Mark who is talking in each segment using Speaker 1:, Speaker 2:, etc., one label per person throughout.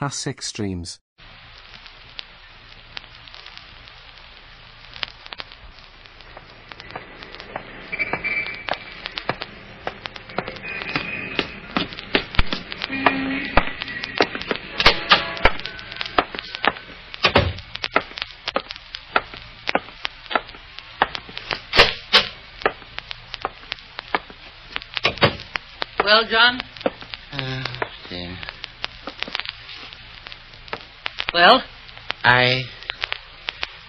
Speaker 1: Classic streams.
Speaker 2: Well, John?
Speaker 3: Oh, dear.
Speaker 2: Well?
Speaker 3: I.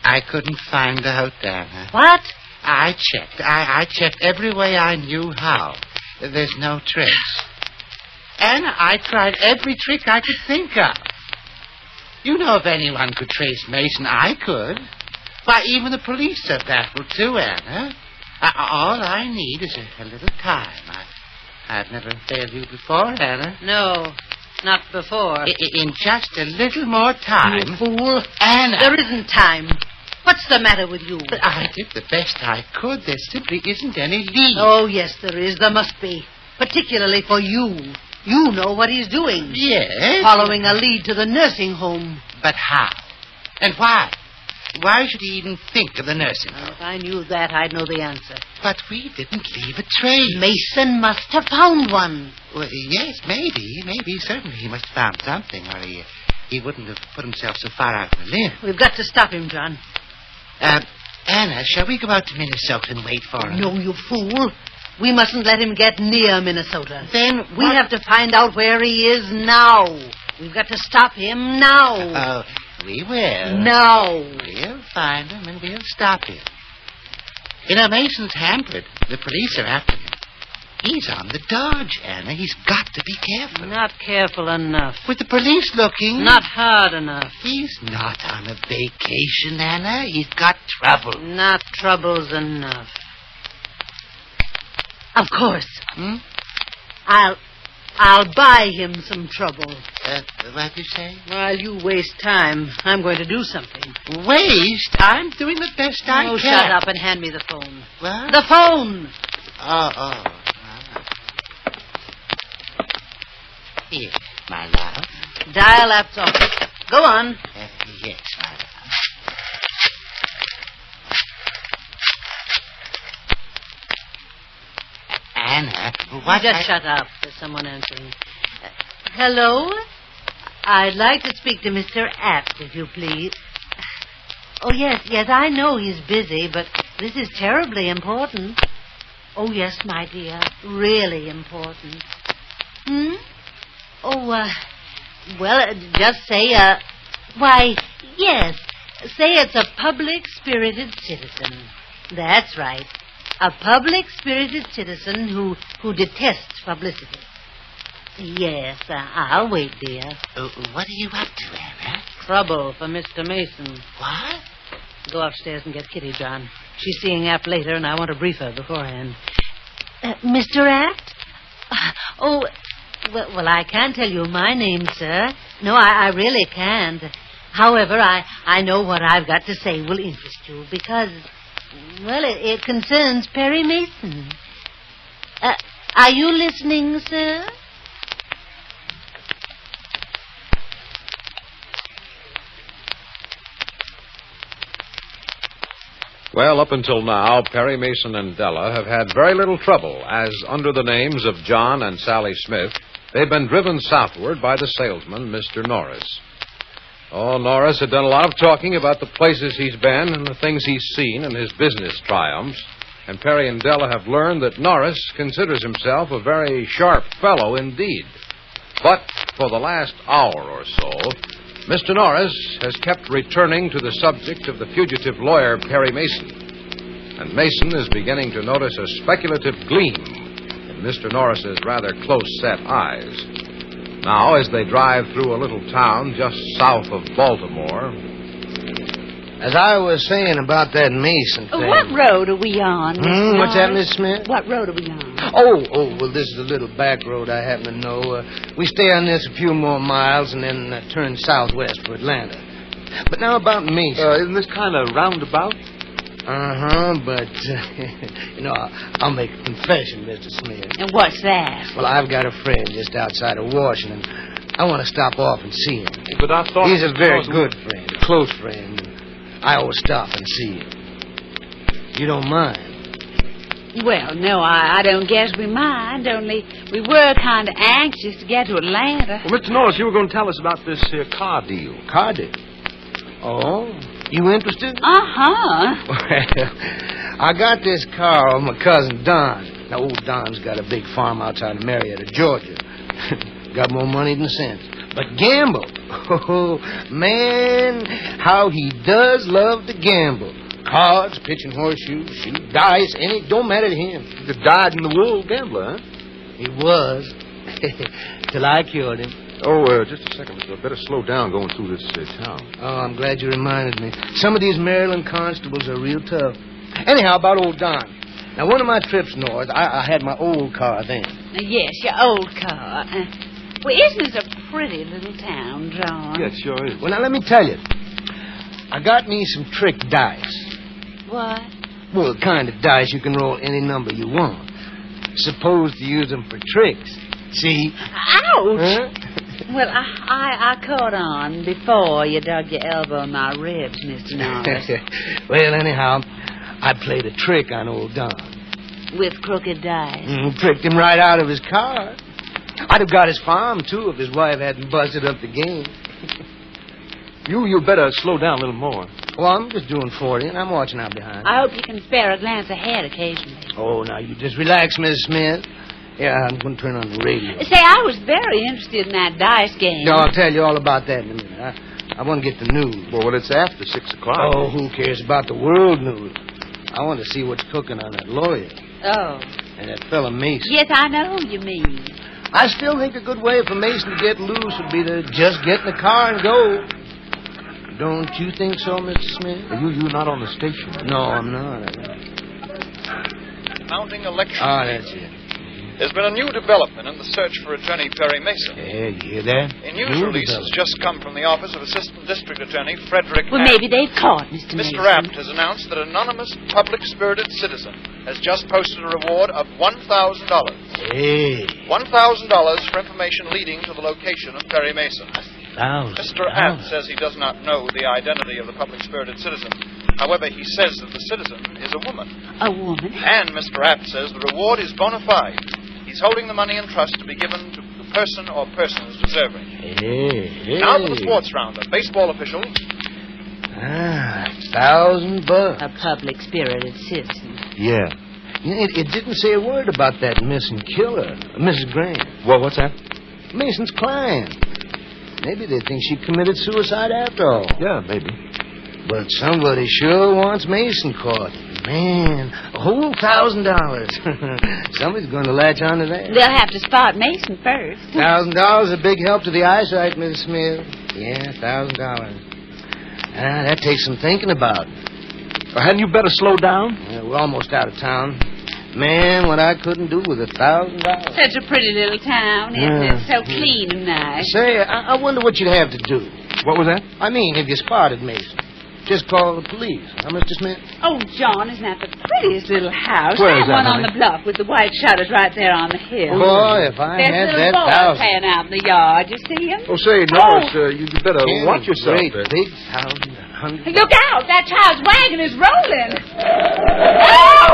Speaker 3: I couldn't find the hotel. huh?
Speaker 2: What?
Speaker 3: I checked. I, I checked every way I knew how. There's no trace. And I tried every trick I could think of. You know, if anyone could trace Mason, I could. Why, even the police are baffled too, Anna. Uh, all I need is a, a little time. I, I've never failed you before, Anna.
Speaker 2: No, not before.
Speaker 3: I- I- in just a little more time.
Speaker 2: You fool.
Speaker 3: Anna.
Speaker 2: There isn't time. What's the matter with you?
Speaker 3: But I did the best I could. There simply isn't any lead.
Speaker 2: Oh, yes, there is. There must be. Particularly for you. You know what he's doing.
Speaker 3: yes.
Speaker 2: Following a lead to the nursing home.
Speaker 3: But how? And why? Why should he even think of the nursing
Speaker 2: Now,
Speaker 3: home?
Speaker 2: if I knew that, I'd know the answer.
Speaker 3: But we didn't leave a trace.
Speaker 2: Mason must have found one.
Speaker 3: Well, yes, maybe, maybe, certainly he must have found something, or he, he wouldn't have put himself so far out on a limb.
Speaker 2: We've got to stop him, John.
Speaker 3: Uh, Anna, shall we go out to Minnesota and wait for him?
Speaker 2: No, you fool. We mustn't let him get near Minnesota.
Speaker 3: Then
Speaker 2: We
Speaker 3: what-
Speaker 2: have to find out where he is now. We've got to stop him now.
Speaker 3: Oh, we will.
Speaker 2: now.
Speaker 3: We'll find him and we'll stop him. You know, Mason's hampered. The police are after him. He's on the dodge, Anna. He's got to be careful.
Speaker 2: Not careful enough.
Speaker 3: With the police looking.
Speaker 2: Not hard enough.
Speaker 3: He's not on a vacation, Anna. He's got trouble.
Speaker 2: Not troubles enough. Of course.
Speaker 3: Hmm?
Speaker 2: I'll I'll buy him some trouble.
Speaker 3: Uh, what do you say?
Speaker 2: While you waste time, I'm going to do something.
Speaker 3: Waste? I'm doing the best I
Speaker 2: oh,
Speaker 3: can.
Speaker 2: shut up and hand me the phone.
Speaker 3: What?
Speaker 2: The phone!
Speaker 3: Oh, oh. Well, Here, my love.
Speaker 2: Dial app's office. Go on.
Speaker 3: Uh, yes, my love. Anna, what?
Speaker 2: You just
Speaker 3: I-
Speaker 2: shut up. There's someone answering. Uh, hello? I'd like to speak to Mr. Apt, if you please. Oh, yes, yes, I know he's busy, but this is terribly important. Oh, yes, my dear, really important. Hmm? Oh, uh, well, uh, just say, uh, why, yes, say it's a public spirited citizen. That's right. A public spirited citizen who, who detests publicity. Yes, uh, I'll wait, dear.
Speaker 3: Uh, what are you up to, Anna?
Speaker 2: Trouble for Mr. Mason.
Speaker 3: What?
Speaker 2: Go upstairs and get Kitty, John. She's seeing Apt later, and I want to brief her beforehand. Uh, Mr. Apt? Oh, well, well, I can't tell you my name, sir. No, I, I really can't. However, I, I know what I've got to say will interest you because, well, it, it concerns Perry Mason. Uh, are you listening, sir?
Speaker 4: Well, up until now, Perry Mason and Della have had very little trouble, as under the names of John and Sally Smith, they've been driven southward by the salesman, Mr. Norris. Oh, Norris had done a lot of talking about the places he's been and the things he's seen and his business triumphs, and Perry and Della have learned that Norris considers himself a very sharp fellow indeed. But for the last hour or so, Mr. Norris has kept returning to the subject of the fugitive lawyer, Perry Mason. And Mason is beginning to notice a speculative gleam in Mr. Norris's rather close set eyes. Now, as they drive through a little town just south of Baltimore,
Speaker 5: As I was saying about that Mason
Speaker 2: Oh,
Speaker 5: thing.
Speaker 6: What road are we on, Miss
Speaker 5: Hmm, what's that,
Speaker 6: Norris?
Speaker 5: Miss Smith?
Speaker 6: What road are we on?
Speaker 5: Oh, oh, well, this is a little back road I happen to know. Uh, we stay on this a few more miles and then uh, turn southwest for Atlanta. But now about Mason.
Speaker 1: Uh, isn't this kind of roundabout?
Speaker 5: Uh-huh, but, uh, you know, I- I'll make a confession, Mr. Smith.
Speaker 6: And what's that?
Speaker 5: Well, I've got a friend just outside of Washington. I want to stop off and see him.
Speaker 1: But I thought.
Speaker 5: He's a very good friend, a close friend. and I always stop and see him. You don't mind?
Speaker 6: Well, no, I, I don't guess we mind, only we were kind of anxious to get to Atlanta.
Speaker 1: Well, Mr. Norris, you were going to tell us about this here car deal.
Speaker 5: Cardiff. Oh? You interested?
Speaker 6: Uh huh.
Speaker 5: Well, I got this car of my cousin Don. Now, old Don's got a big farm outside of Marietta, Georgia. got more money than sense. But gamble. Oh, man, how he does love to gamble. Cards, pitching horseshoes, shoot dice, and it don't matter to him.
Speaker 1: The died in the wool gambler, huh?
Speaker 5: He was. Till I cured him.
Speaker 4: Oh, uh, just a second, Mr. Better slow down going through this uh, town.
Speaker 5: Oh, I'm glad you reminded me. Some of these Maryland constables are real tough. Anyhow, about old Don. Now, one of my trips north, I, I had my old car then.
Speaker 6: Yes, your old car. Uh, well, isn't it a pretty little town, John?
Speaker 1: sure is.
Speaker 5: Well, now, let me tell you. I got me some trick dice.
Speaker 6: What?
Speaker 5: Well, the kind of dice you can roll any number you want. Supposed to use them for tricks. See?
Speaker 6: Ouch!
Speaker 5: Huh?
Speaker 6: Well, I, I, I caught on before you dug your elbow in my ribs, Mr. Norris.
Speaker 5: well, anyhow, I played a trick on old Don.
Speaker 6: with crooked dice.
Speaker 5: Mm, tricked him right out of his car. I'd have got his farm, too, if his wife hadn't busted up the game.
Speaker 1: You, you better slow down a little more.
Speaker 5: Well, I'm just doing 40, and I'm watching out behind.
Speaker 6: I hope you can spare a glance ahead occasionally.
Speaker 5: Oh, now, you just relax, Miss Smith. Yeah, I'm going to turn on the radio.
Speaker 6: Say, I was very interested in that dice game.
Speaker 5: No, I'll tell you all about that in a minute. I, I want to get the news.
Speaker 4: Well, well, it's after six o'clock.
Speaker 5: Oh, who cares about the world news? I want to see what's cooking on that lawyer
Speaker 6: Oh.
Speaker 5: and that fella Mason.
Speaker 6: Yes, I know who you mean.
Speaker 5: I still think a good way for Mason to get loose would be to just get in the car and go. Don't you think so, Mr. Smith?
Speaker 4: Are you, you not on the station?
Speaker 5: No, I'm not.
Speaker 7: Mounting election.
Speaker 5: Ah, that's it.
Speaker 7: There's been a new development in the search for Attorney Perry Mason.
Speaker 5: Yeah, you hear that?
Speaker 7: A news release has just come from the office of Assistant District Attorney Frederick.
Speaker 6: Well,
Speaker 7: Apt.
Speaker 6: maybe they've caught Mr. Mason.
Speaker 7: Mr. Apt has announced that anonymous, public-spirited citizen has just posted a reward of one thousand dollars.
Speaker 5: Hey,
Speaker 7: One thousand dollars for information leading to the location of Perry Mason.
Speaker 5: thousand.
Speaker 7: Mr. Apt says he does not know the identity of the public-spirited citizen. However, he says that the citizen is a woman.
Speaker 6: A woman?
Speaker 7: And Mr. Apt says the reward is bona fide. He's holding the money in trust to be given to the person or persons deserving.
Speaker 5: Hey, hey.
Speaker 7: Now for the sports round. A baseball official.
Speaker 5: Ah, thousand bucks.
Speaker 6: A public-spirited citizen.
Speaker 5: Yeah. It, it didn't say a word about that missing killer, Mrs. Graham,
Speaker 1: Well, what's that?
Speaker 5: Mason's client. Maybe they think she committed suicide after all.
Speaker 1: Yeah, maybe.
Speaker 5: But somebody sure wants Mason caught. Man, a whole thousand dollars. Somebody's going to latch on to that.
Speaker 6: They'll have to spot Mason first.
Speaker 5: Thousand dollars is a big help to the eyesight, Miss Smith. Yeah, thousand dollars. Ah, that takes some thinking about.
Speaker 1: Well, hadn't you better slow down?
Speaker 5: Yeah, we're almost out of town. Man, what I couldn't do with a thousand dollars.
Speaker 6: Such a pretty little town, isn't it? So clean and nice.
Speaker 5: Say, I-, I wonder what you'd have to do.
Speaker 1: What was that?
Speaker 5: I mean, if you spotted Mason, just call the police. Huh, Mr. Smith?
Speaker 6: Oh, John, isn't that the prettiest little house?
Speaker 1: Where
Speaker 6: that
Speaker 1: is that,
Speaker 6: one on
Speaker 1: honey?
Speaker 6: the bluff with the white shutters right there on the hill.
Speaker 5: Boy, if I
Speaker 6: There's
Speaker 5: had Oh,
Speaker 6: little
Speaker 5: that
Speaker 6: boys
Speaker 5: thousand.
Speaker 6: playing out in the yard. You see him?
Speaker 4: Oh, say, Norris, uh, you you better
Speaker 5: Ten
Speaker 4: watch yourself.
Speaker 5: Great,
Speaker 4: there.
Speaker 5: big thousand, a hundred.
Speaker 6: Look out! That child's wagon is rolling. Oh!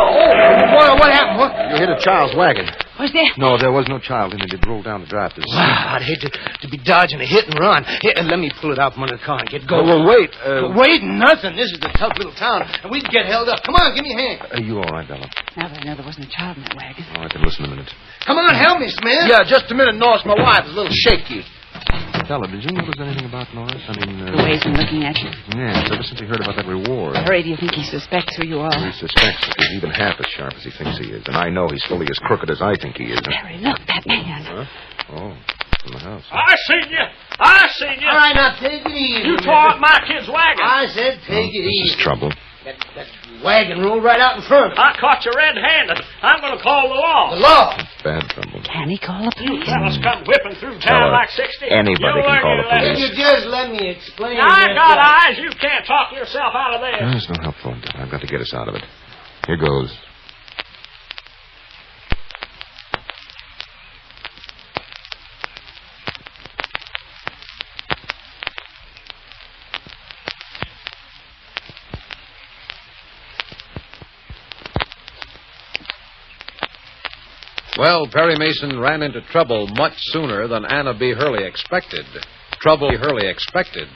Speaker 4: What, what happened? What? You hit a child's wagon.
Speaker 6: Was there?
Speaker 4: No, there was no child in it. It rolled down the drive. to the sea.
Speaker 5: Wow, I'd hate to, to be dodging a hit and run. Here, let me pull it out from under the car and get
Speaker 4: Oh,
Speaker 5: going.
Speaker 4: well, wait. Uh,
Speaker 5: Wait, nothing. This is a tough little town, and we can get held up. Come on, give me a hand.
Speaker 4: Are you all right, Bella?
Speaker 6: Now that I know there wasn't a child in that wagon.
Speaker 4: Oh, I can listen a minute.
Speaker 5: Come on, help me, Smith.
Speaker 1: Yeah, just a minute, Norris. My wife is a little shaky.
Speaker 4: Bella, did you notice anything about Norris? I mean,
Speaker 6: The way
Speaker 4: uh,
Speaker 6: he's been looking at you.
Speaker 4: yeah, ever since he heard about that reward.
Speaker 6: Hurry, do you think he suspects who you
Speaker 4: He
Speaker 8: Mm.
Speaker 6: are?
Speaker 4: suspects that he's even half as sharp as he thinks he is, and I know he's fully as crooked as I think he is.
Speaker 6: Harry, look, that man.
Speaker 4: Huh? Oh. from the house.
Speaker 9: I seen you. I seen you.
Speaker 3: All right, now take it easy.
Speaker 9: You
Speaker 3: Mr.
Speaker 9: tore up my kid's wagon. I,
Speaker 3: I said take it
Speaker 4: this
Speaker 3: easy.
Speaker 4: is trouble.
Speaker 3: That, that wagon rolled right out in front of me.
Speaker 9: caught you red-handed. I'm going to call the
Speaker 3: The
Speaker 9: law.
Speaker 3: law.
Speaker 4: Bad trouble.
Speaker 6: Can he call the
Speaker 9: You
Speaker 6: police?
Speaker 9: fellas come whipping through
Speaker 4: Fella,
Speaker 9: town like 60.
Speaker 4: anybody
Speaker 9: You
Speaker 4: can
Speaker 9: ain't
Speaker 4: call the
Speaker 9: gonna let
Speaker 4: police.
Speaker 3: If
Speaker 9: it-
Speaker 3: you just let me explain.
Speaker 9: I
Speaker 3: this,
Speaker 9: got
Speaker 3: uh,
Speaker 9: eyes. You can't talk yourself out of
Speaker 4: No,
Speaker 9: this.
Speaker 4: it's no help, Thornton. I've got to get us out of it. Here goes. Well, Perry Mason ran into trouble much sooner than Anna B. Hurley expected. Trouble Hurley expected.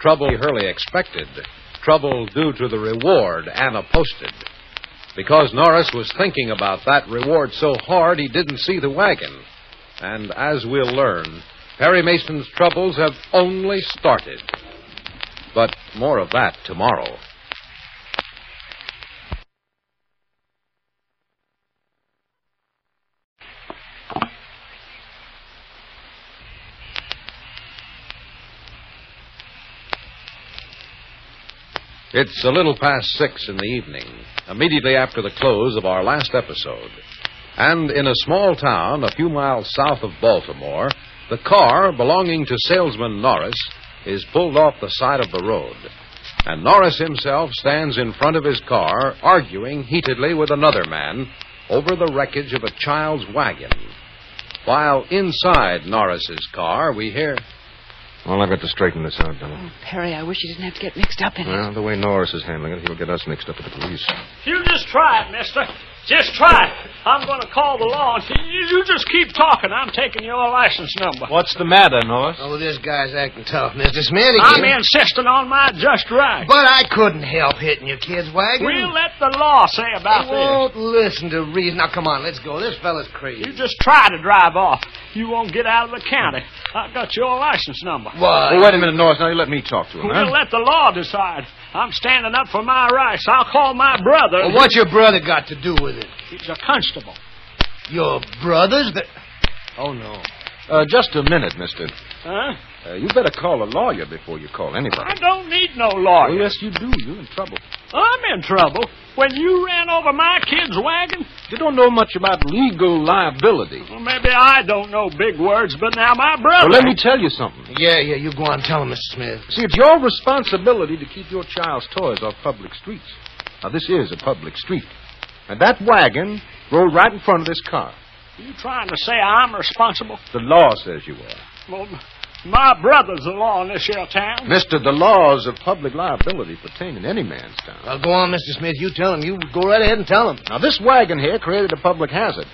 Speaker 4: Trouble Hurley expected. Trouble due to the reward Anna posted. Because Norris was thinking about that reward so hard he didn't see the wagon. And as we'll learn, Perry Mason's troubles have only started. But more of that tomorrow. It's a little past six in the evening, immediately after the close of our last episode. And in a small town a few miles south of Baltimore, the car belonging to salesman Norris is pulled off the side of the road. And Norris himself stands in front of his car, arguing heatedly with another man over the wreckage of a child's wagon. While inside Norris's car, we hear.
Speaker 8: Well, I've got to straighten this out, Della.
Speaker 6: Perry, I wish you didn't have to get mixed up in it.
Speaker 8: Well, the way Norris is handling it, he'll get us mixed up with the police.
Speaker 9: You just try it, mister. Just try it. I'm going to call the law. and You you just keep talking. I'm taking your license number.
Speaker 1: What's the matter, Norris?
Speaker 5: Oh, this guy's acting tough, Mr. Smith.
Speaker 9: I'm
Speaker 5: again.
Speaker 9: insisting on my just right.
Speaker 5: But I couldn't help hitting your kid's wagon.
Speaker 9: We'll let the law say about
Speaker 5: I
Speaker 9: this.
Speaker 5: won't listen to reason. Now, come on, let's go. This fella's crazy.
Speaker 9: You just try to drive off. You won't get out of the county. I got your license number.
Speaker 5: Why?
Speaker 8: Well, wait a minute, Norris. Now you let me talk to him,
Speaker 9: We'll let the law decide. I'm standing up for my rights. I'll call my brother.
Speaker 5: Well, what's your brother got to do with it?
Speaker 9: He's a constable.
Speaker 5: Your brother's the... Oh, no.
Speaker 8: Uh, just a minute, mister.
Speaker 9: Huh?
Speaker 8: Uh, you better call a lawyer before you call anybody.
Speaker 9: I don't need no lawyer.
Speaker 8: Well, yes, you do. You're in trouble.
Speaker 9: I'm in trouble. When you ran over my kid's wagon,
Speaker 8: You don't know much about legal liability.
Speaker 9: well, maybe I don't know big words, but now my brother.
Speaker 8: Well, let me tell you something.
Speaker 5: Yeah, yeah, you go on tell him, Mr. Smith.
Speaker 8: See, it's your responsibility to keep your child's toys off public streets. Now, this is a public street. And that wagon rolled right in front of this car.
Speaker 9: You trying to say I'm responsible?
Speaker 8: The law says you are.
Speaker 9: Well, my brother's the law in this here town.
Speaker 8: Mister, the laws of public liability pertain in any man's town.
Speaker 5: Well, go on, Mr. Smith. You tell him. You go right ahead and tell him.
Speaker 8: Now, this wagon here created a public hazard.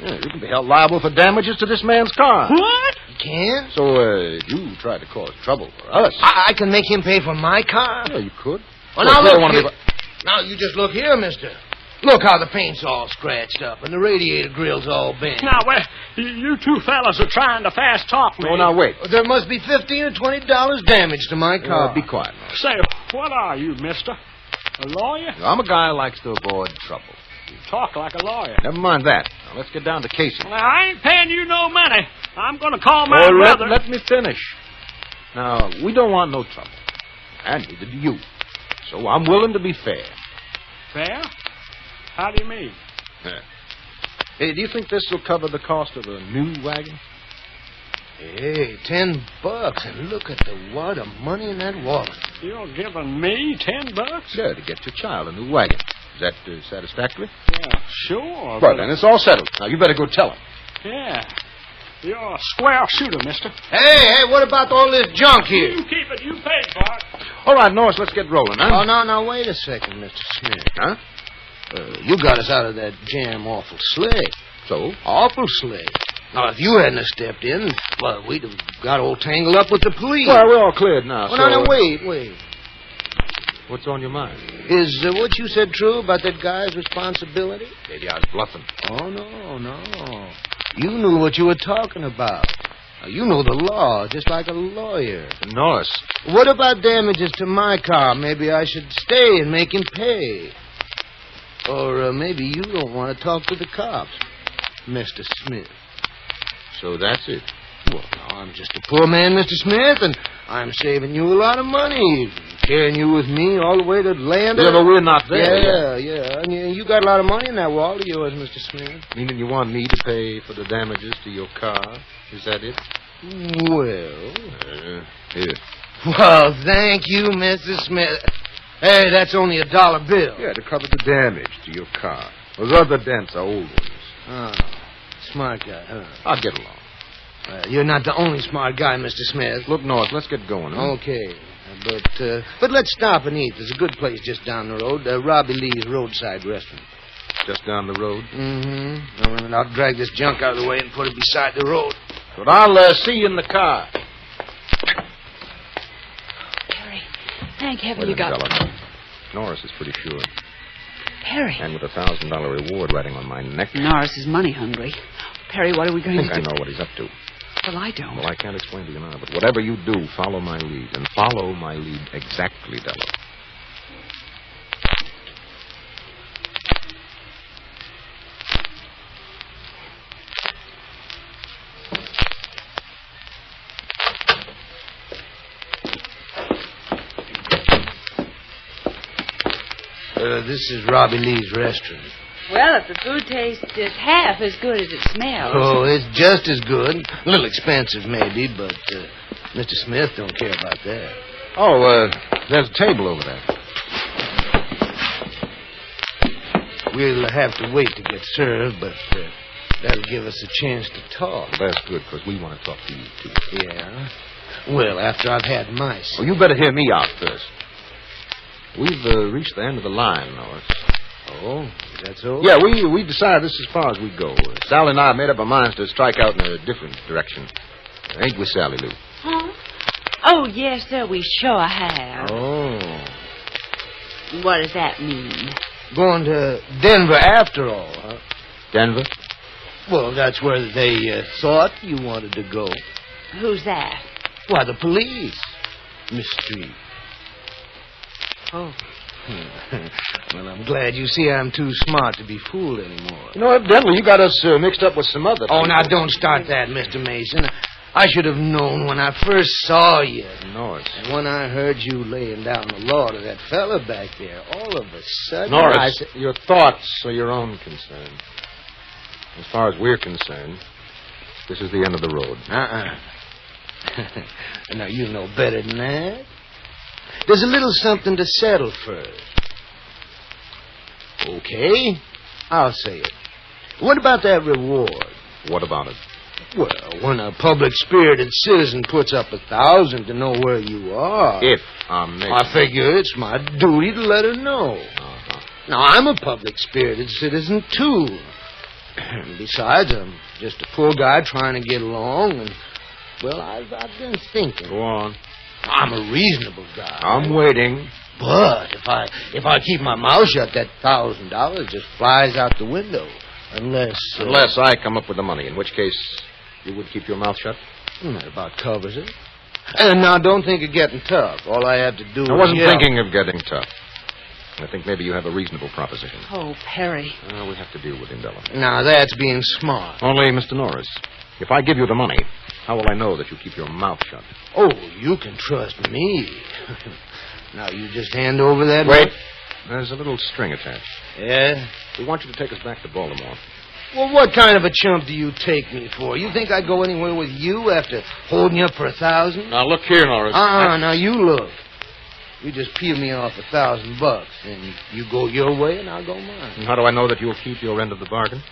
Speaker 8: Yeah, you can be held liable for damages to this man's car.
Speaker 9: What?
Speaker 5: You can?
Speaker 8: So, uh, if you tried to cause trouble for us.
Speaker 5: I, I can make him pay for my car.
Speaker 8: Yeah, you could.
Speaker 5: Well,
Speaker 8: Look,
Speaker 5: now
Speaker 8: we don't
Speaker 5: look.
Speaker 8: wanna
Speaker 5: Here,
Speaker 8: be-
Speaker 5: Now you just look here, Mister. Look how the paint's all scratched up and the radiator grill's all bent.
Speaker 9: Now, well, you- you two fellas are trying to fast talk me.
Speaker 8: Oh, now, wait.
Speaker 5: There must be fifteen or twenty dollars damage to my car.
Speaker 8: Uh, be quiet. Now.
Speaker 9: Say, what are you, mister? A lawyer?
Speaker 8: I'm a guy who likes to avoid trouble.
Speaker 9: You talk like a lawyer.
Speaker 8: Never mind that. Now, let's get down to cases.
Speaker 9: Well, I ain't paying you no money. I'm going to call my
Speaker 8: Oh, let,
Speaker 9: brother.
Speaker 8: let me finish. Now, we don't want no trouble. And neither do you. So I'm willing to be fair.
Speaker 9: Fair? How do you mean?
Speaker 8: Hey, do you think this will cover the cost of a new wagon?
Speaker 5: Hey, ten bucks, and look at the wad of money in that wallet.
Speaker 9: You're giving me ten bucks?
Speaker 8: Sure, to get your child a new wagon. Is that uh, satisfactory?
Speaker 9: Yeah, sure.
Speaker 8: Well,
Speaker 9: but-
Speaker 8: then it's all settled. Now you better go tell him.
Speaker 9: Yeah. You're a square shooter, mister.
Speaker 5: Hey, hey, what about all this junk here?
Speaker 9: You keep it. You paid for it.
Speaker 8: All right, Ah, Norris, let's get rolling,
Speaker 5: Oh,
Speaker 8: huh?
Speaker 5: no, no, wait a second, Mr. Smith.
Speaker 8: Huh?
Speaker 5: Uh, you got us out of that jam awful slick.
Speaker 8: So?
Speaker 5: Awful slick. Now, if you hadn't have stepped in, well, we'd have got all tangled up with the police.
Speaker 8: Well, we're all cleared now.
Speaker 5: Well,
Speaker 8: so, uh,
Speaker 5: no, no, wait, wait.
Speaker 8: What's on your mind?
Speaker 5: Is uh, what you said true about that guy's responsibility?
Speaker 8: Maybe I was bluffing.
Speaker 5: Oh, no, no. You knew what you were talking about. Now, you know the law, just like a lawyer.
Speaker 8: Norris.
Speaker 5: What about damages to my car? Maybe I should stay and make him pay. Or uh, maybe you don't want to talk to the cops, Mr. Smith.
Speaker 8: So that's it.
Speaker 5: Well, now, I'm just a poor man, Mr. Smith, and I'm saving you a lot of money. Carrying you with me all the way to Atlanta.
Speaker 10: Yeah, but we're not there
Speaker 5: Yeah, yeah. And you, you got a lot of money in that wall of yours, Mr. Smith.
Speaker 10: Meaning you want me to pay for the damages to your car? Is that it?
Speaker 5: Well.
Speaker 10: Uh, here.
Speaker 5: Well, thank you, Mr. Smith. Hey, that's only a dollar bill.
Speaker 10: Yeah, to cover the damage to your car. Those other dents are old ones.
Speaker 5: Oh, smart guy, huh?
Speaker 10: I'll get along.
Speaker 5: Well, you're not the only smart guy, Mr. Smith.
Speaker 10: Look, North, let's get going. huh?
Speaker 5: Okay, but uh, but let's stop and eat. There's a good place just down the road, uh, Robbie Lee's roadside restaurant.
Speaker 10: Just down the road.
Speaker 5: Mm-hmm. Now, wait a minute, I'll drag this junk out of the way and put it beside the road.
Speaker 10: But I'll uh, see you in the car.
Speaker 6: Perry, thank heaven
Speaker 8: Wait
Speaker 6: you
Speaker 8: a minute,
Speaker 6: got.
Speaker 8: Ella. Norris is pretty sure.
Speaker 6: Perry.
Speaker 8: And with a thousand dollar reward riding on my neck,
Speaker 6: Norris is money hungry. Perry, what are we
Speaker 8: I
Speaker 6: going
Speaker 8: think
Speaker 6: to
Speaker 8: I
Speaker 6: do?
Speaker 8: know what he's up to.
Speaker 6: Well, I don't.
Speaker 8: Well, I can't explain to you now, but whatever you do, follow my lead. And follow my lead exactly, Della.
Speaker 5: Uh, this is Robbie Lee's restaurant.
Speaker 6: Mm, Well, if the food tastes just half as good as it smells.
Speaker 5: Oh, it's just as good. A little expensive, maybe, but uh, Mr. Smith don't care about that.
Speaker 10: Oh, uh, there's a table over there.
Speaker 5: We'll have to wait to get served, but uh, that'll give us a chance to talk.
Speaker 8: That's good, because we want to talk to you, too.
Speaker 5: Yeah. Well, after I've had my
Speaker 8: Well,
Speaker 5: seat.
Speaker 8: you better hear me out first. We've uh, reached the end of the line, Norris.
Speaker 5: Oh, that's all?
Speaker 8: Yeah, we we decided this is as far as we go. Sally and I made up our minds to strike out in a different direction. Ain't we, Sally Lou?
Speaker 6: Huh? Oh, yes, sir, we sure have.
Speaker 8: Oh.
Speaker 6: What does that mean?
Speaker 5: Going to Denver after all, huh?
Speaker 8: Denver?
Speaker 5: Well, that's where they uh, thought you wanted to go.
Speaker 6: Who's that?
Speaker 5: Why, the police. Mystery.
Speaker 6: Oh.
Speaker 5: well, I'm glad you see I'm too smart to be fooled anymore.
Speaker 8: You know, evidently you got us uh, mixed up with some other.
Speaker 5: Oh,
Speaker 8: people.
Speaker 5: now don't start that, Mr. Mason. I should have known when I first saw you.
Speaker 8: Norris.
Speaker 5: And when I heard you laying down the law to that fella back there, all of a sudden.
Speaker 8: Norris,
Speaker 5: I said,
Speaker 8: your thoughts are your own concern. As far as we're concerned, this is the end of the road.
Speaker 5: Uh-uh. now, you know better than that. There's a little something to settle first. Okay, I'll say it. What about that reward?
Speaker 8: What about it?
Speaker 5: Well, when a public-spirited citizen puts up a thousand to know where you are,
Speaker 8: If I'm mixed.
Speaker 5: I figure it's my duty to let her know.
Speaker 8: Uh-huh.
Speaker 5: Now, I'm a public-spirited citizen, too. Besides, I'm just a poor guy trying to get along, and, well, I've, I've been thinking.
Speaker 8: Go on.
Speaker 5: I'm a reasonable guy.
Speaker 8: I'm waiting.
Speaker 5: But if I if I keep my mouth shut, that thousand dollars just flies out the window, unless uh,
Speaker 8: Unless I come up with the money, in which case you would keep your mouth shut.
Speaker 5: Hmm, that about covers it. And now don't think of getting tough. All I have to do.
Speaker 8: I wasn't
Speaker 5: is yell.
Speaker 8: thinking of getting tough. I think maybe you have a reasonable proposition.
Speaker 6: Oh, Perry.
Speaker 8: Uh, we have to deal with him, Della.
Speaker 5: Now that's being smart.
Speaker 8: Only, Mr. Norris, if I give you the money, how will I know that you keep your mouth shut?
Speaker 5: Oh, you can trust me. now you just hand over that.
Speaker 8: There's a little string attached.
Speaker 5: Yeah.
Speaker 8: We want you to take us back to Baltimore.
Speaker 5: Well, what kind of a chump do you take me for? You think I go anywhere with you after holding you up for a thousand?
Speaker 8: Now, look here, Norris.
Speaker 5: Ah, now you look. You just peel me off a thousand bucks, and you go your way, and I'll go mine.
Speaker 8: how do I know that you'll keep your end of the bargain?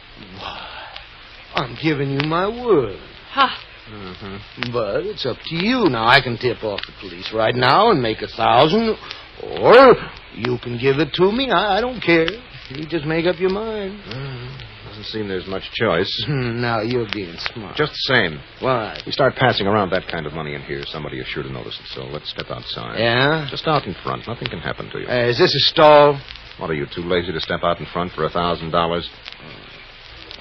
Speaker 5: I'm giving you my word.
Speaker 6: Ha.
Speaker 8: Mm-hmm.
Speaker 5: But it's up to you. Now I can tip off the police right now and make a thousand, or you can give it to me. I, I don't care. You just make up your mind.
Speaker 8: Doesn't seem there's much choice.
Speaker 5: Hmm, now you're being smart.
Speaker 8: Just the same,
Speaker 5: why?
Speaker 8: we start passing around that kind of money in here, somebody is sure to notice it. So let's step outside.
Speaker 5: Yeah.
Speaker 8: Just out in front. Nothing can happen to you.
Speaker 5: Uh, is this a stall?
Speaker 8: What are you too lazy to step out in front for a thousand dollars?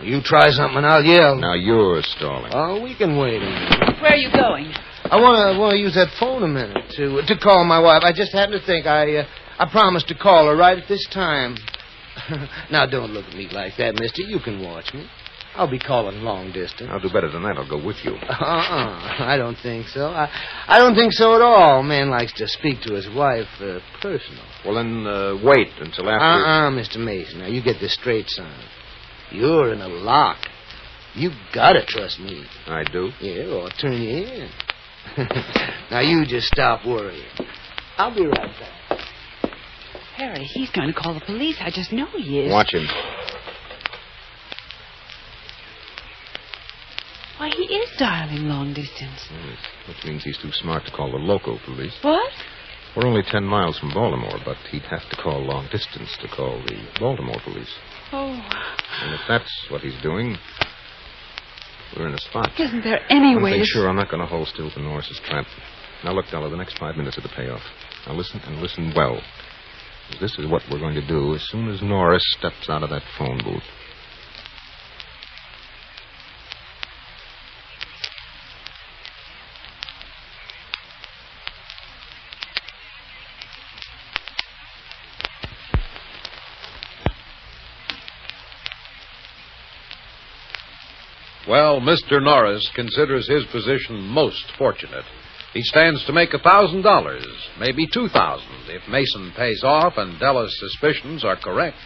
Speaker 5: You try something, and I'll yell.
Speaker 8: Now you're stalling.
Speaker 5: Oh, we can wait a minute.
Speaker 6: Where are you going?
Speaker 5: I want to want to use that phone a minute to to call my wife. I just happened to think I uh, I promised to call her right at this time. now don't look at me like that, Mister. You can watch me. I'll be calling long distance.
Speaker 8: I'll do better than that. I'll go with you.
Speaker 5: Uh-uh. I don't think so. I, I don't think so at all. Man likes to speak to his wife uh, personal.
Speaker 8: Well, then uh, wait until after.
Speaker 5: Uh-uh, Mr. Mason. Now, you get this straight, son. You're in a lock. You gotta trust me.
Speaker 8: I do.
Speaker 5: Yeah, or I'll turn you in. now, you just stop worrying. I'll be right back.
Speaker 6: Harry, he's going to call the police. I just know he is.
Speaker 8: Watch him.
Speaker 6: Why, he is dialing long distance.
Speaker 8: Which means he's too smart to call the local police.
Speaker 6: What?
Speaker 8: We're only ten miles from Baltimore, but he'd have to call long distance to call the Baltimore police.
Speaker 6: Oh,
Speaker 8: And if that's what he's doing, we're in a spot.
Speaker 6: isn't there any
Speaker 8: One
Speaker 6: way
Speaker 8: thing
Speaker 6: to...
Speaker 8: sure, I'm not going to hold still for Norris's trap. Now, look, Dollar, the next five minutes are the payoff. Now, listen and listen well. 'Cause This is what we're going to do as soon as Norris steps out of that phone booth.
Speaker 4: Well, Mr. Norris considers his position most fortunate. He stands to make a thousand dollars, maybe two thousand, if Mason pays off and Della's suspicions are correct.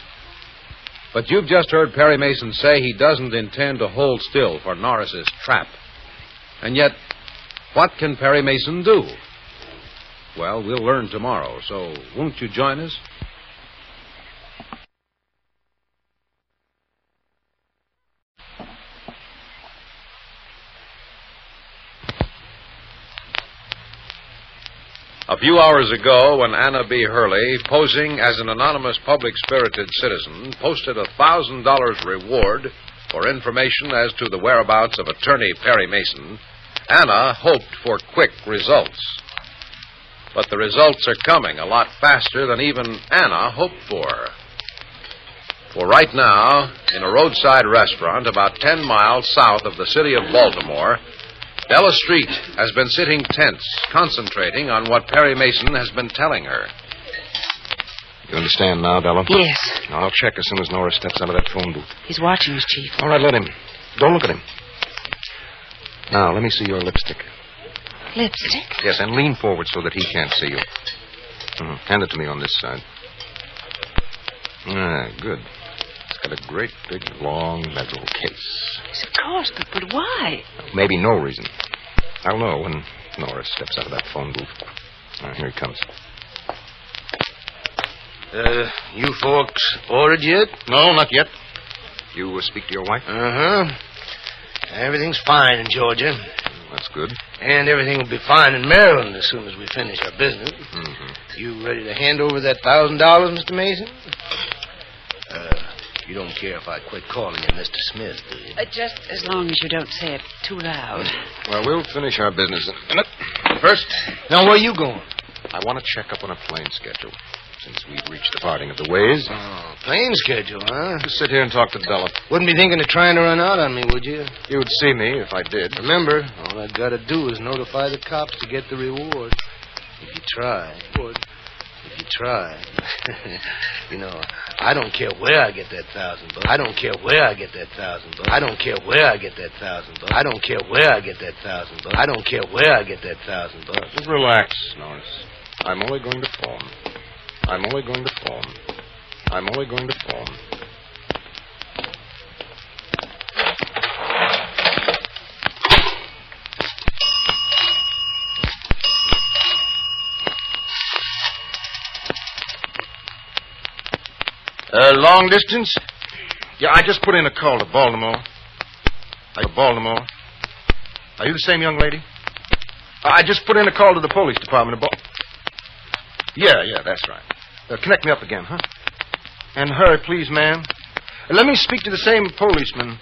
Speaker 4: But you've just heard Perry Mason say he doesn't intend to hold still for Norris's trap. And yet, what can Perry Mason do? Well, we'll learn tomorrow, so won't you join us? A few hours ago, when Anna B. Hurley, posing as an anonymous public spirited citizen, posted a $1,000 reward for information as to the whereabouts of attorney Perry Mason, Anna hoped for quick results. But the results are coming a lot faster than even Anna hoped for. For right now, in a roadside restaurant about 10 miles south of the city of Baltimore, Ella Street has been sitting tense, concentrating on what Perry Mason has been telling her.
Speaker 8: You understand now, Della?
Speaker 6: Yes,
Speaker 8: Now, I'll check as soon as Norris steps out of that phone booth.
Speaker 6: he's watching us, Chief.
Speaker 8: All right, let him. Don't look at him. Now, let me see your lipstick.
Speaker 6: Lipstick?
Speaker 8: Yes, and lean forward so that he can't see you. Mhm. Hand it to me on this side. Ah, good. It's got a great big long metal case.
Speaker 6: Yes, of course, but, but why?
Speaker 8: Maybe no reason. I'll know when Norris steps out of that phone booth. Ah, here he comes.
Speaker 5: Uh, you folks ordered yet?
Speaker 8: No, not yet. You uh, speak to your wife?
Speaker 5: Uh-huh. Everything's fine in Georgia.
Speaker 8: Oh, That's good.
Speaker 5: And everything will be fine in Maryland as soon as we finish our business.
Speaker 8: hmm
Speaker 5: You ready to hand over that thousand dollars, Mr. Mason? Uh, you don't care if I quit calling you Mr. Smith, do you?
Speaker 6: Uh, just as long as you don't say it too loud.
Speaker 8: Well, we'll finish our business in a minute. First,
Speaker 5: Now, where you going?
Speaker 8: I want to check up on a plane schedule. Since we've reached the parting of the ways,
Speaker 5: Oh, plane schedule, huh?
Speaker 8: just sit here and talk to Della.
Speaker 5: Wouldn't be thinking of trying to run out on me, would you?
Speaker 8: You'd see me if I did.
Speaker 5: Remember, all I gotta do is notify the cops to get the reward. If you try. If you try. you know, I don't care where I get that thousand bucks. I don't care where I get that thousand bucks. I don't care where I get that thousand bucks. I don't care where I get that thousand bucks. I don't care where I get that thousand bucks.
Speaker 8: Just relax, Norris. I'm only going to form. I'm only going to form. I'm only going to form. Uh, long distance? Yeah, I just put in a call to Baltimore. Uh, Baltimore. Are you the same young lady? Uh, I just put in a call to the police department. About... Yeah, yeah, that's right. Uh, connect me up again, huh? And hurry, please, ma'am. Uh, Let me speak to the same policeman.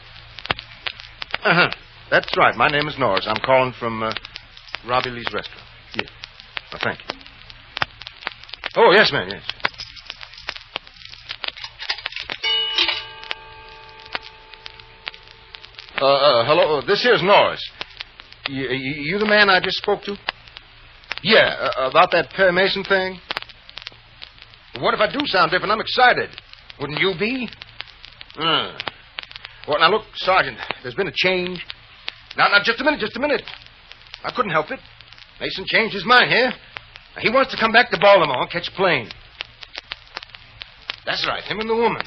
Speaker 8: Uh huh. That's right. My name is Norris. I'm calling from uh, Robbie Lee's restaurant. Yeah. Well, thank you. Oh, yes, ma'am, yes. Uh, uh, hello. This here's Norris. You, you, you the man I just spoke to? Yeah, uh, about that Perry Mason thing? What if I do sound different? I'm excited. Wouldn't you be? Uh. Well, now look, Sergeant, there's been a change. Now, now, just a minute, just a minute. I couldn't help it. Mason changed his mind here. Now, he wants to come back to Baltimore and catch a plane. That's right, him and the woman.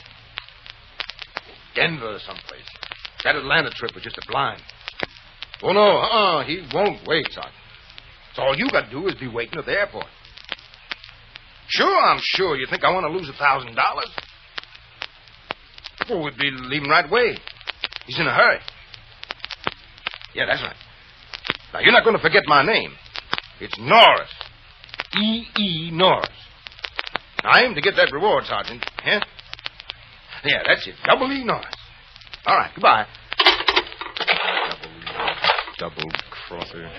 Speaker 8: Denver or someplace. That Atlanta trip was just a blind. Oh, no, uh-uh, he won't wait, Sergeant. So all you got to do is be waiting at the airport. Sure, I'm sure. You think I want to lose a thousand dollars? Well, we'd be leaving right away. He's in a hurry. Yeah, that's right. Now you're not going to forget my name. It's Norris. E. E. Norris. Now, I aim to get that reward, Sergeant. Yeah. Yeah, that's it. Double E. Norris. All right. Goodbye. Double, double crosser.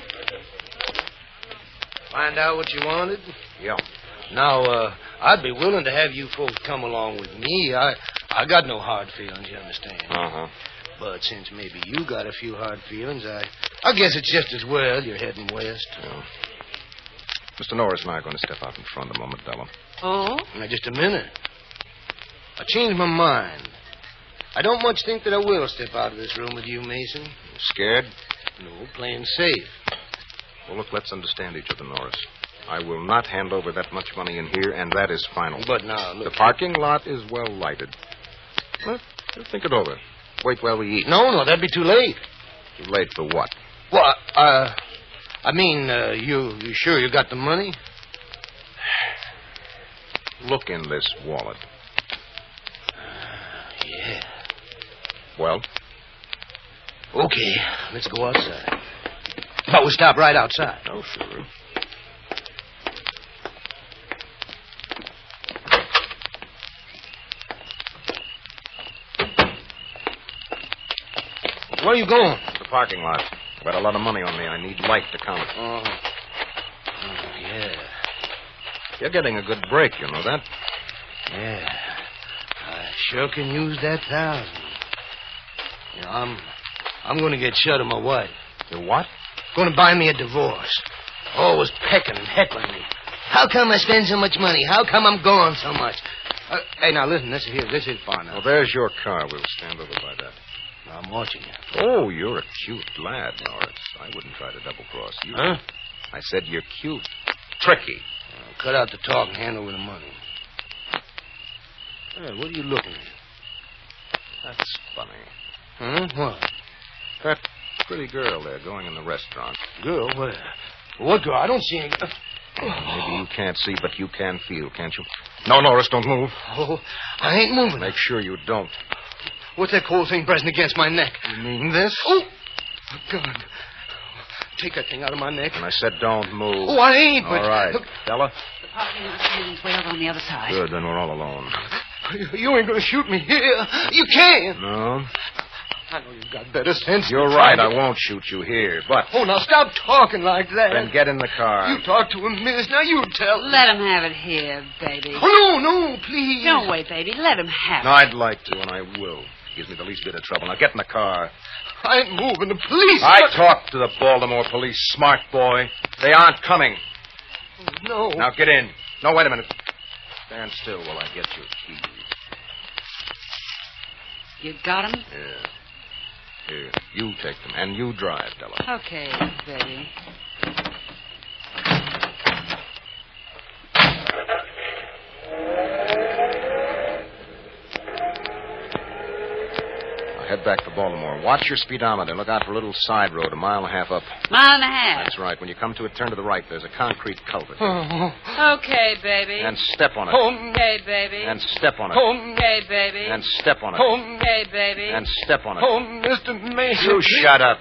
Speaker 5: Find out what you wanted?
Speaker 8: Yeah.
Speaker 5: Now, uh, I'd be willing to have you folks come along with me. I, I got no hard feelings, you understand.
Speaker 8: Uh huh.
Speaker 5: But since maybe you got a few hard feelings, I, I guess it's just as well you're heading west.
Speaker 8: Mr. Norris and I are going to step out in front a moment, Della.
Speaker 2: Oh?
Speaker 5: Now, just a minute. I changed my mind. I don't much think that I will step out of this room with you, Mason.
Speaker 8: Scared?
Speaker 5: No, playing safe.
Speaker 8: Well, look, let's understand each other, Norris. I will not hand over that much money in here, and that is final.
Speaker 5: But now,
Speaker 8: The
Speaker 5: look.
Speaker 8: parking lot is well lighted. Well, just think it over. Wait while we eat.
Speaker 5: No, no, that'd be too late.
Speaker 8: Too late for what?
Speaker 5: Well, uh, I mean, uh, you, you sure you got the money?
Speaker 8: Look in this wallet.
Speaker 5: Yeah.
Speaker 8: Well,
Speaker 5: Okay, let's go outside. But we'll stop right outside.
Speaker 8: oh, sure.
Speaker 5: Where are you going?
Speaker 8: The parking lot. I've got a lot of money on me. I need light to count it.
Speaker 5: Oh. Oh, yeah.
Speaker 8: You're getting a good break, you know that?
Speaker 5: Yeah. I sure can use that thousand. You know, I'm I'm gonna get shut of my wife.
Speaker 8: You what?
Speaker 5: Gonna buy me a divorce. Always pecking and heckling me. How come I spend so much money? How come I'm gone so much? Uh, hey, now listen, this is here. This is far now.
Speaker 8: Well, there's your car. We'll stand over by that.
Speaker 5: I'm watching you.
Speaker 8: Oh, you're a cute lad, Norris. I wouldn't try to double cross you.
Speaker 5: Huh?
Speaker 8: I said you're cute. Tricky.
Speaker 5: Now, Uh, cut out the talk and hand over the money. Hey, what are you looking at?
Speaker 8: That's funny. Hmm?
Speaker 5: Huh? What?
Speaker 8: That pretty girl there going in the restaurant.
Speaker 5: Girl, where? What girl? I don't see any.
Speaker 8: Maybe you can't see, but you can feel, can't you? No, Norris, don't move.
Speaker 5: Oh, I ain't moving.
Speaker 8: Make sure you don't.
Speaker 5: What's that cold thing pressing against my neck?
Speaker 8: You mean this?
Speaker 5: Oh, God. Take that thing out of my neck.
Speaker 8: And I said don't move.
Speaker 5: Oh, I ain't, but.
Speaker 8: All right. Della?
Speaker 6: The parking lot's hanging well on the other side.
Speaker 8: Good, then we're all alone.
Speaker 5: You ain't gonna shoot me here. You can't.
Speaker 8: No?
Speaker 5: I know you've got better sense.
Speaker 8: You're right. I won't shoot you here, but...
Speaker 5: Oh, now stop talking like that.
Speaker 8: Then get in the car.
Speaker 5: You talk to him, miss. Now you tell.
Speaker 6: Let him have it here, baby.
Speaker 5: Oh, no, no, please.
Speaker 6: Don't wait, baby. Let him have
Speaker 8: No, I'd like to, and I will. Gives me the least bit of trouble. Now get in the car.
Speaker 5: I ain't moving. The police.
Speaker 8: I talked to the Baltimore police, smart boy. They aren't coming.
Speaker 5: No.
Speaker 8: Now get in. No, wait a minute. Stand still while I get your key.
Speaker 6: it. You got him?
Speaker 8: Here. Here. You take them, and you drive, Della.
Speaker 6: Okay, baby.
Speaker 8: Now head back to Baltimore. Watch your speedometer. Look out for a little side road, a mile and a half up.
Speaker 6: Mile and a half.
Speaker 8: That's right. When you come to it, turn to the right. There's a concrete culvert.
Speaker 6: Okay, baby.
Speaker 8: And step on it.
Speaker 6: Okay, baby.
Speaker 8: And step on it.
Speaker 6: Okay, baby.
Speaker 8: And step on it.
Speaker 6: Okay, baby.
Speaker 8: And step on it.
Speaker 5: Oh, Mr. Mason.
Speaker 8: You shut up.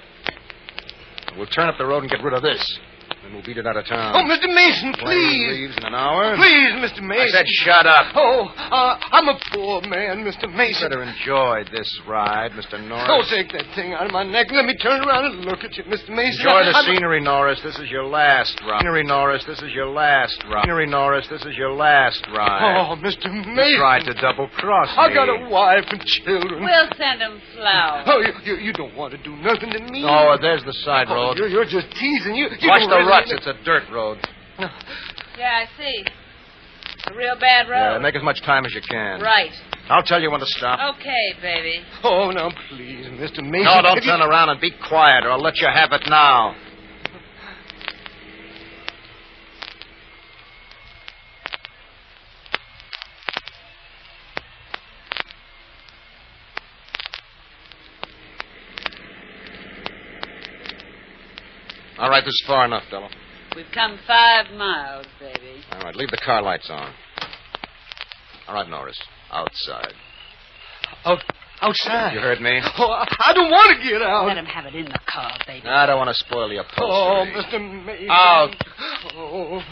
Speaker 8: We'll turn up the road and get rid of this. Then we'll beat it out of town.
Speaker 5: Oh, Mr. Mason,
Speaker 8: Plane
Speaker 5: please.
Speaker 8: leaves in an hour.
Speaker 5: Please, Mr.
Speaker 8: I
Speaker 5: Mason.
Speaker 8: said shut up.
Speaker 5: Oh, uh, I'm a poor man, Mr.
Speaker 8: You
Speaker 5: Mason.
Speaker 8: better enjoy this ride, Mr. Norris.
Speaker 5: Don't take that thing out of my neck. Let me turn around and look at you, Mr. Mason.
Speaker 8: Enjoy the
Speaker 5: I'm-
Speaker 8: scenery, Norris. This is your last ride. Scenery, Norris. This is your last ride. Scenery, Norris. This is your last ride.
Speaker 5: Oh, Mr.
Speaker 8: you
Speaker 5: Mason.
Speaker 8: tried to double cross me.
Speaker 5: I got a wife and children.
Speaker 6: We'll send him flowers.
Speaker 5: oh, you, you, you don't want to do nothing to me.
Speaker 8: Oh, there's the side
Speaker 5: Oh,
Speaker 8: road.
Speaker 5: you're, you're just teasing. You, you
Speaker 8: Watch
Speaker 5: don't
Speaker 8: the
Speaker 5: really-
Speaker 8: ruts. It's a dirt road.
Speaker 6: Yeah, I see.
Speaker 11: It's a real bad
Speaker 5: Yeah,
Speaker 11: road.
Speaker 5: make as much time as you can.
Speaker 11: Right.
Speaker 5: I'll tell you when to stop.
Speaker 11: Okay, baby.
Speaker 5: Oh, now, please, Mr. Mason.
Speaker 8: No, don't turn around and be quiet, or I'll let you have it now.
Speaker 5: All right, this is far enough, Della.
Speaker 11: We've come five miles, baby.
Speaker 5: All right, leave the car lights on. All right, Norris, outside.
Speaker 8: Out,
Speaker 5: outside? You heard me?
Speaker 8: Oh, I don't want to get
Speaker 5: Oh.
Speaker 8: out.
Speaker 11: Let him have it in the car, baby.
Speaker 8: I don't want to spoil your upholstery.
Speaker 9: Oh,
Speaker 5: Mr. Oh, Mason.
Speaker 8: Out.
Speaker 5: Oh.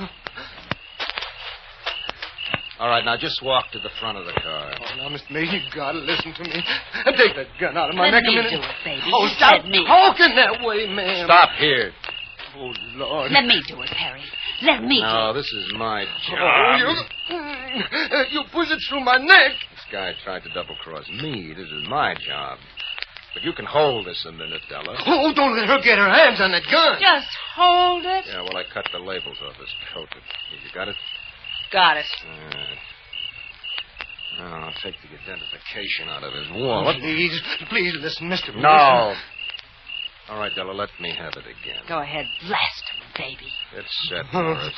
Speaker 8: All right, now just walk to the front of the car.
Speaker 5: Now, Mr. Mason, you gotta listen to me. And take that gun out of my
Speaker 8: Let
Speaker 5: neck a
Speaker 8: me
Speaker 5: minute.
Speaker 8: do it, baby.
Speaker 5: Oh,
Speaker 8: You
Speaker 5: stop
Speaker 8: said me.
Speaker 5: talking that way, man.
Speaker 8: Stop here.
Speaker 5: Oh, Lord.
Speaker 11: Let me do it, Perry. Let me do it.
Speaker 8: No, this is my job.
Speaker 5: Oh, you... mm, You push it through my neck.
Speaker 8: This guy tried to double cross me. This is my job. But you can hold this a minute, Della.
Speaker 5: Oh, don't let her get her hands on that gun.
Speaker 11: Just hold it.
Speaker 8: Yeah, well, I cut the labels off his coat. You got it?
Speaker 11: Got it.
Speaker 8: Yeah. Now, I'll take the identification out of his wallet.
Speaker 5: Please, please listen, Mr. Mason.
Speaker 8: No. All right, Della, let me have it again.
Speaker 11: Go ahead, blast him, baby.
Speaker 8: It's set, Morris.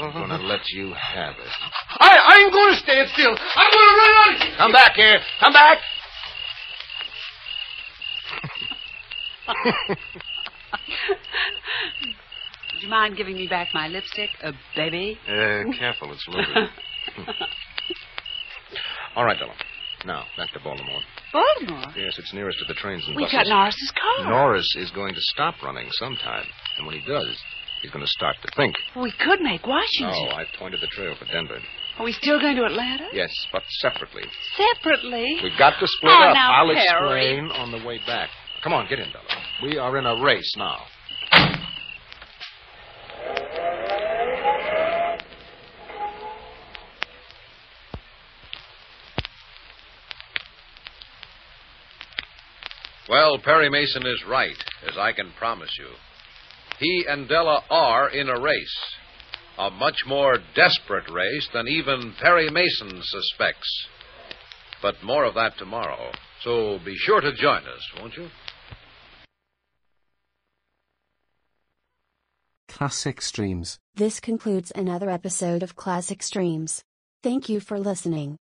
Speaker 8: I'm going to let you have it.
Speaker 5: I, I ain't going to stand still. I'm going to run out of
Speaker 8: Come back here. Come back.
Speaker 11: Would you mind giving me back my lipstick, uh, baby?
Speaker 8: Uh, careful, it's loaded. All right, Della. Now, back to Baltimore.
Speaker 11: Baltimore?
Speaker 8: Yes, it's nearest to the trains and
Speaker 11: We
Speaker 8: buses.
Speaker 11: got Norris's car.
Speaker 8: Norris is going to stop running sometime. And when he does, he's going to start to think.
Speaker 11: We could make
Speaker 8: No,
Speaker 11: Washington.
Speaker 8: I pointed the trail for Denver.
Speaker 11: Are we still going to Atlanta?
Speaker 8: Yes, but separately.
Speaker 11: Separately?
Speaker 8: We've got to split
Speaker 11: Oh,
Speaker 8: up.
Speaker 11: now,
Speaker 8: I'll
Speaker 11: Perry.
Speaker 8: explain on the way back. Come on, get in, Bella. We are in a race now.
Speaker 4: Well, Perry Mason is right, as I can promise you. He and Della are in a race, a much more desperate race than even Perry Mason suspects. But more of that tomorrow, so be sure to join us, won't you?
Speaker 3: Classic Streams.
Speaker 12: This concludes another episode of Classic Streams. Thank you for listening.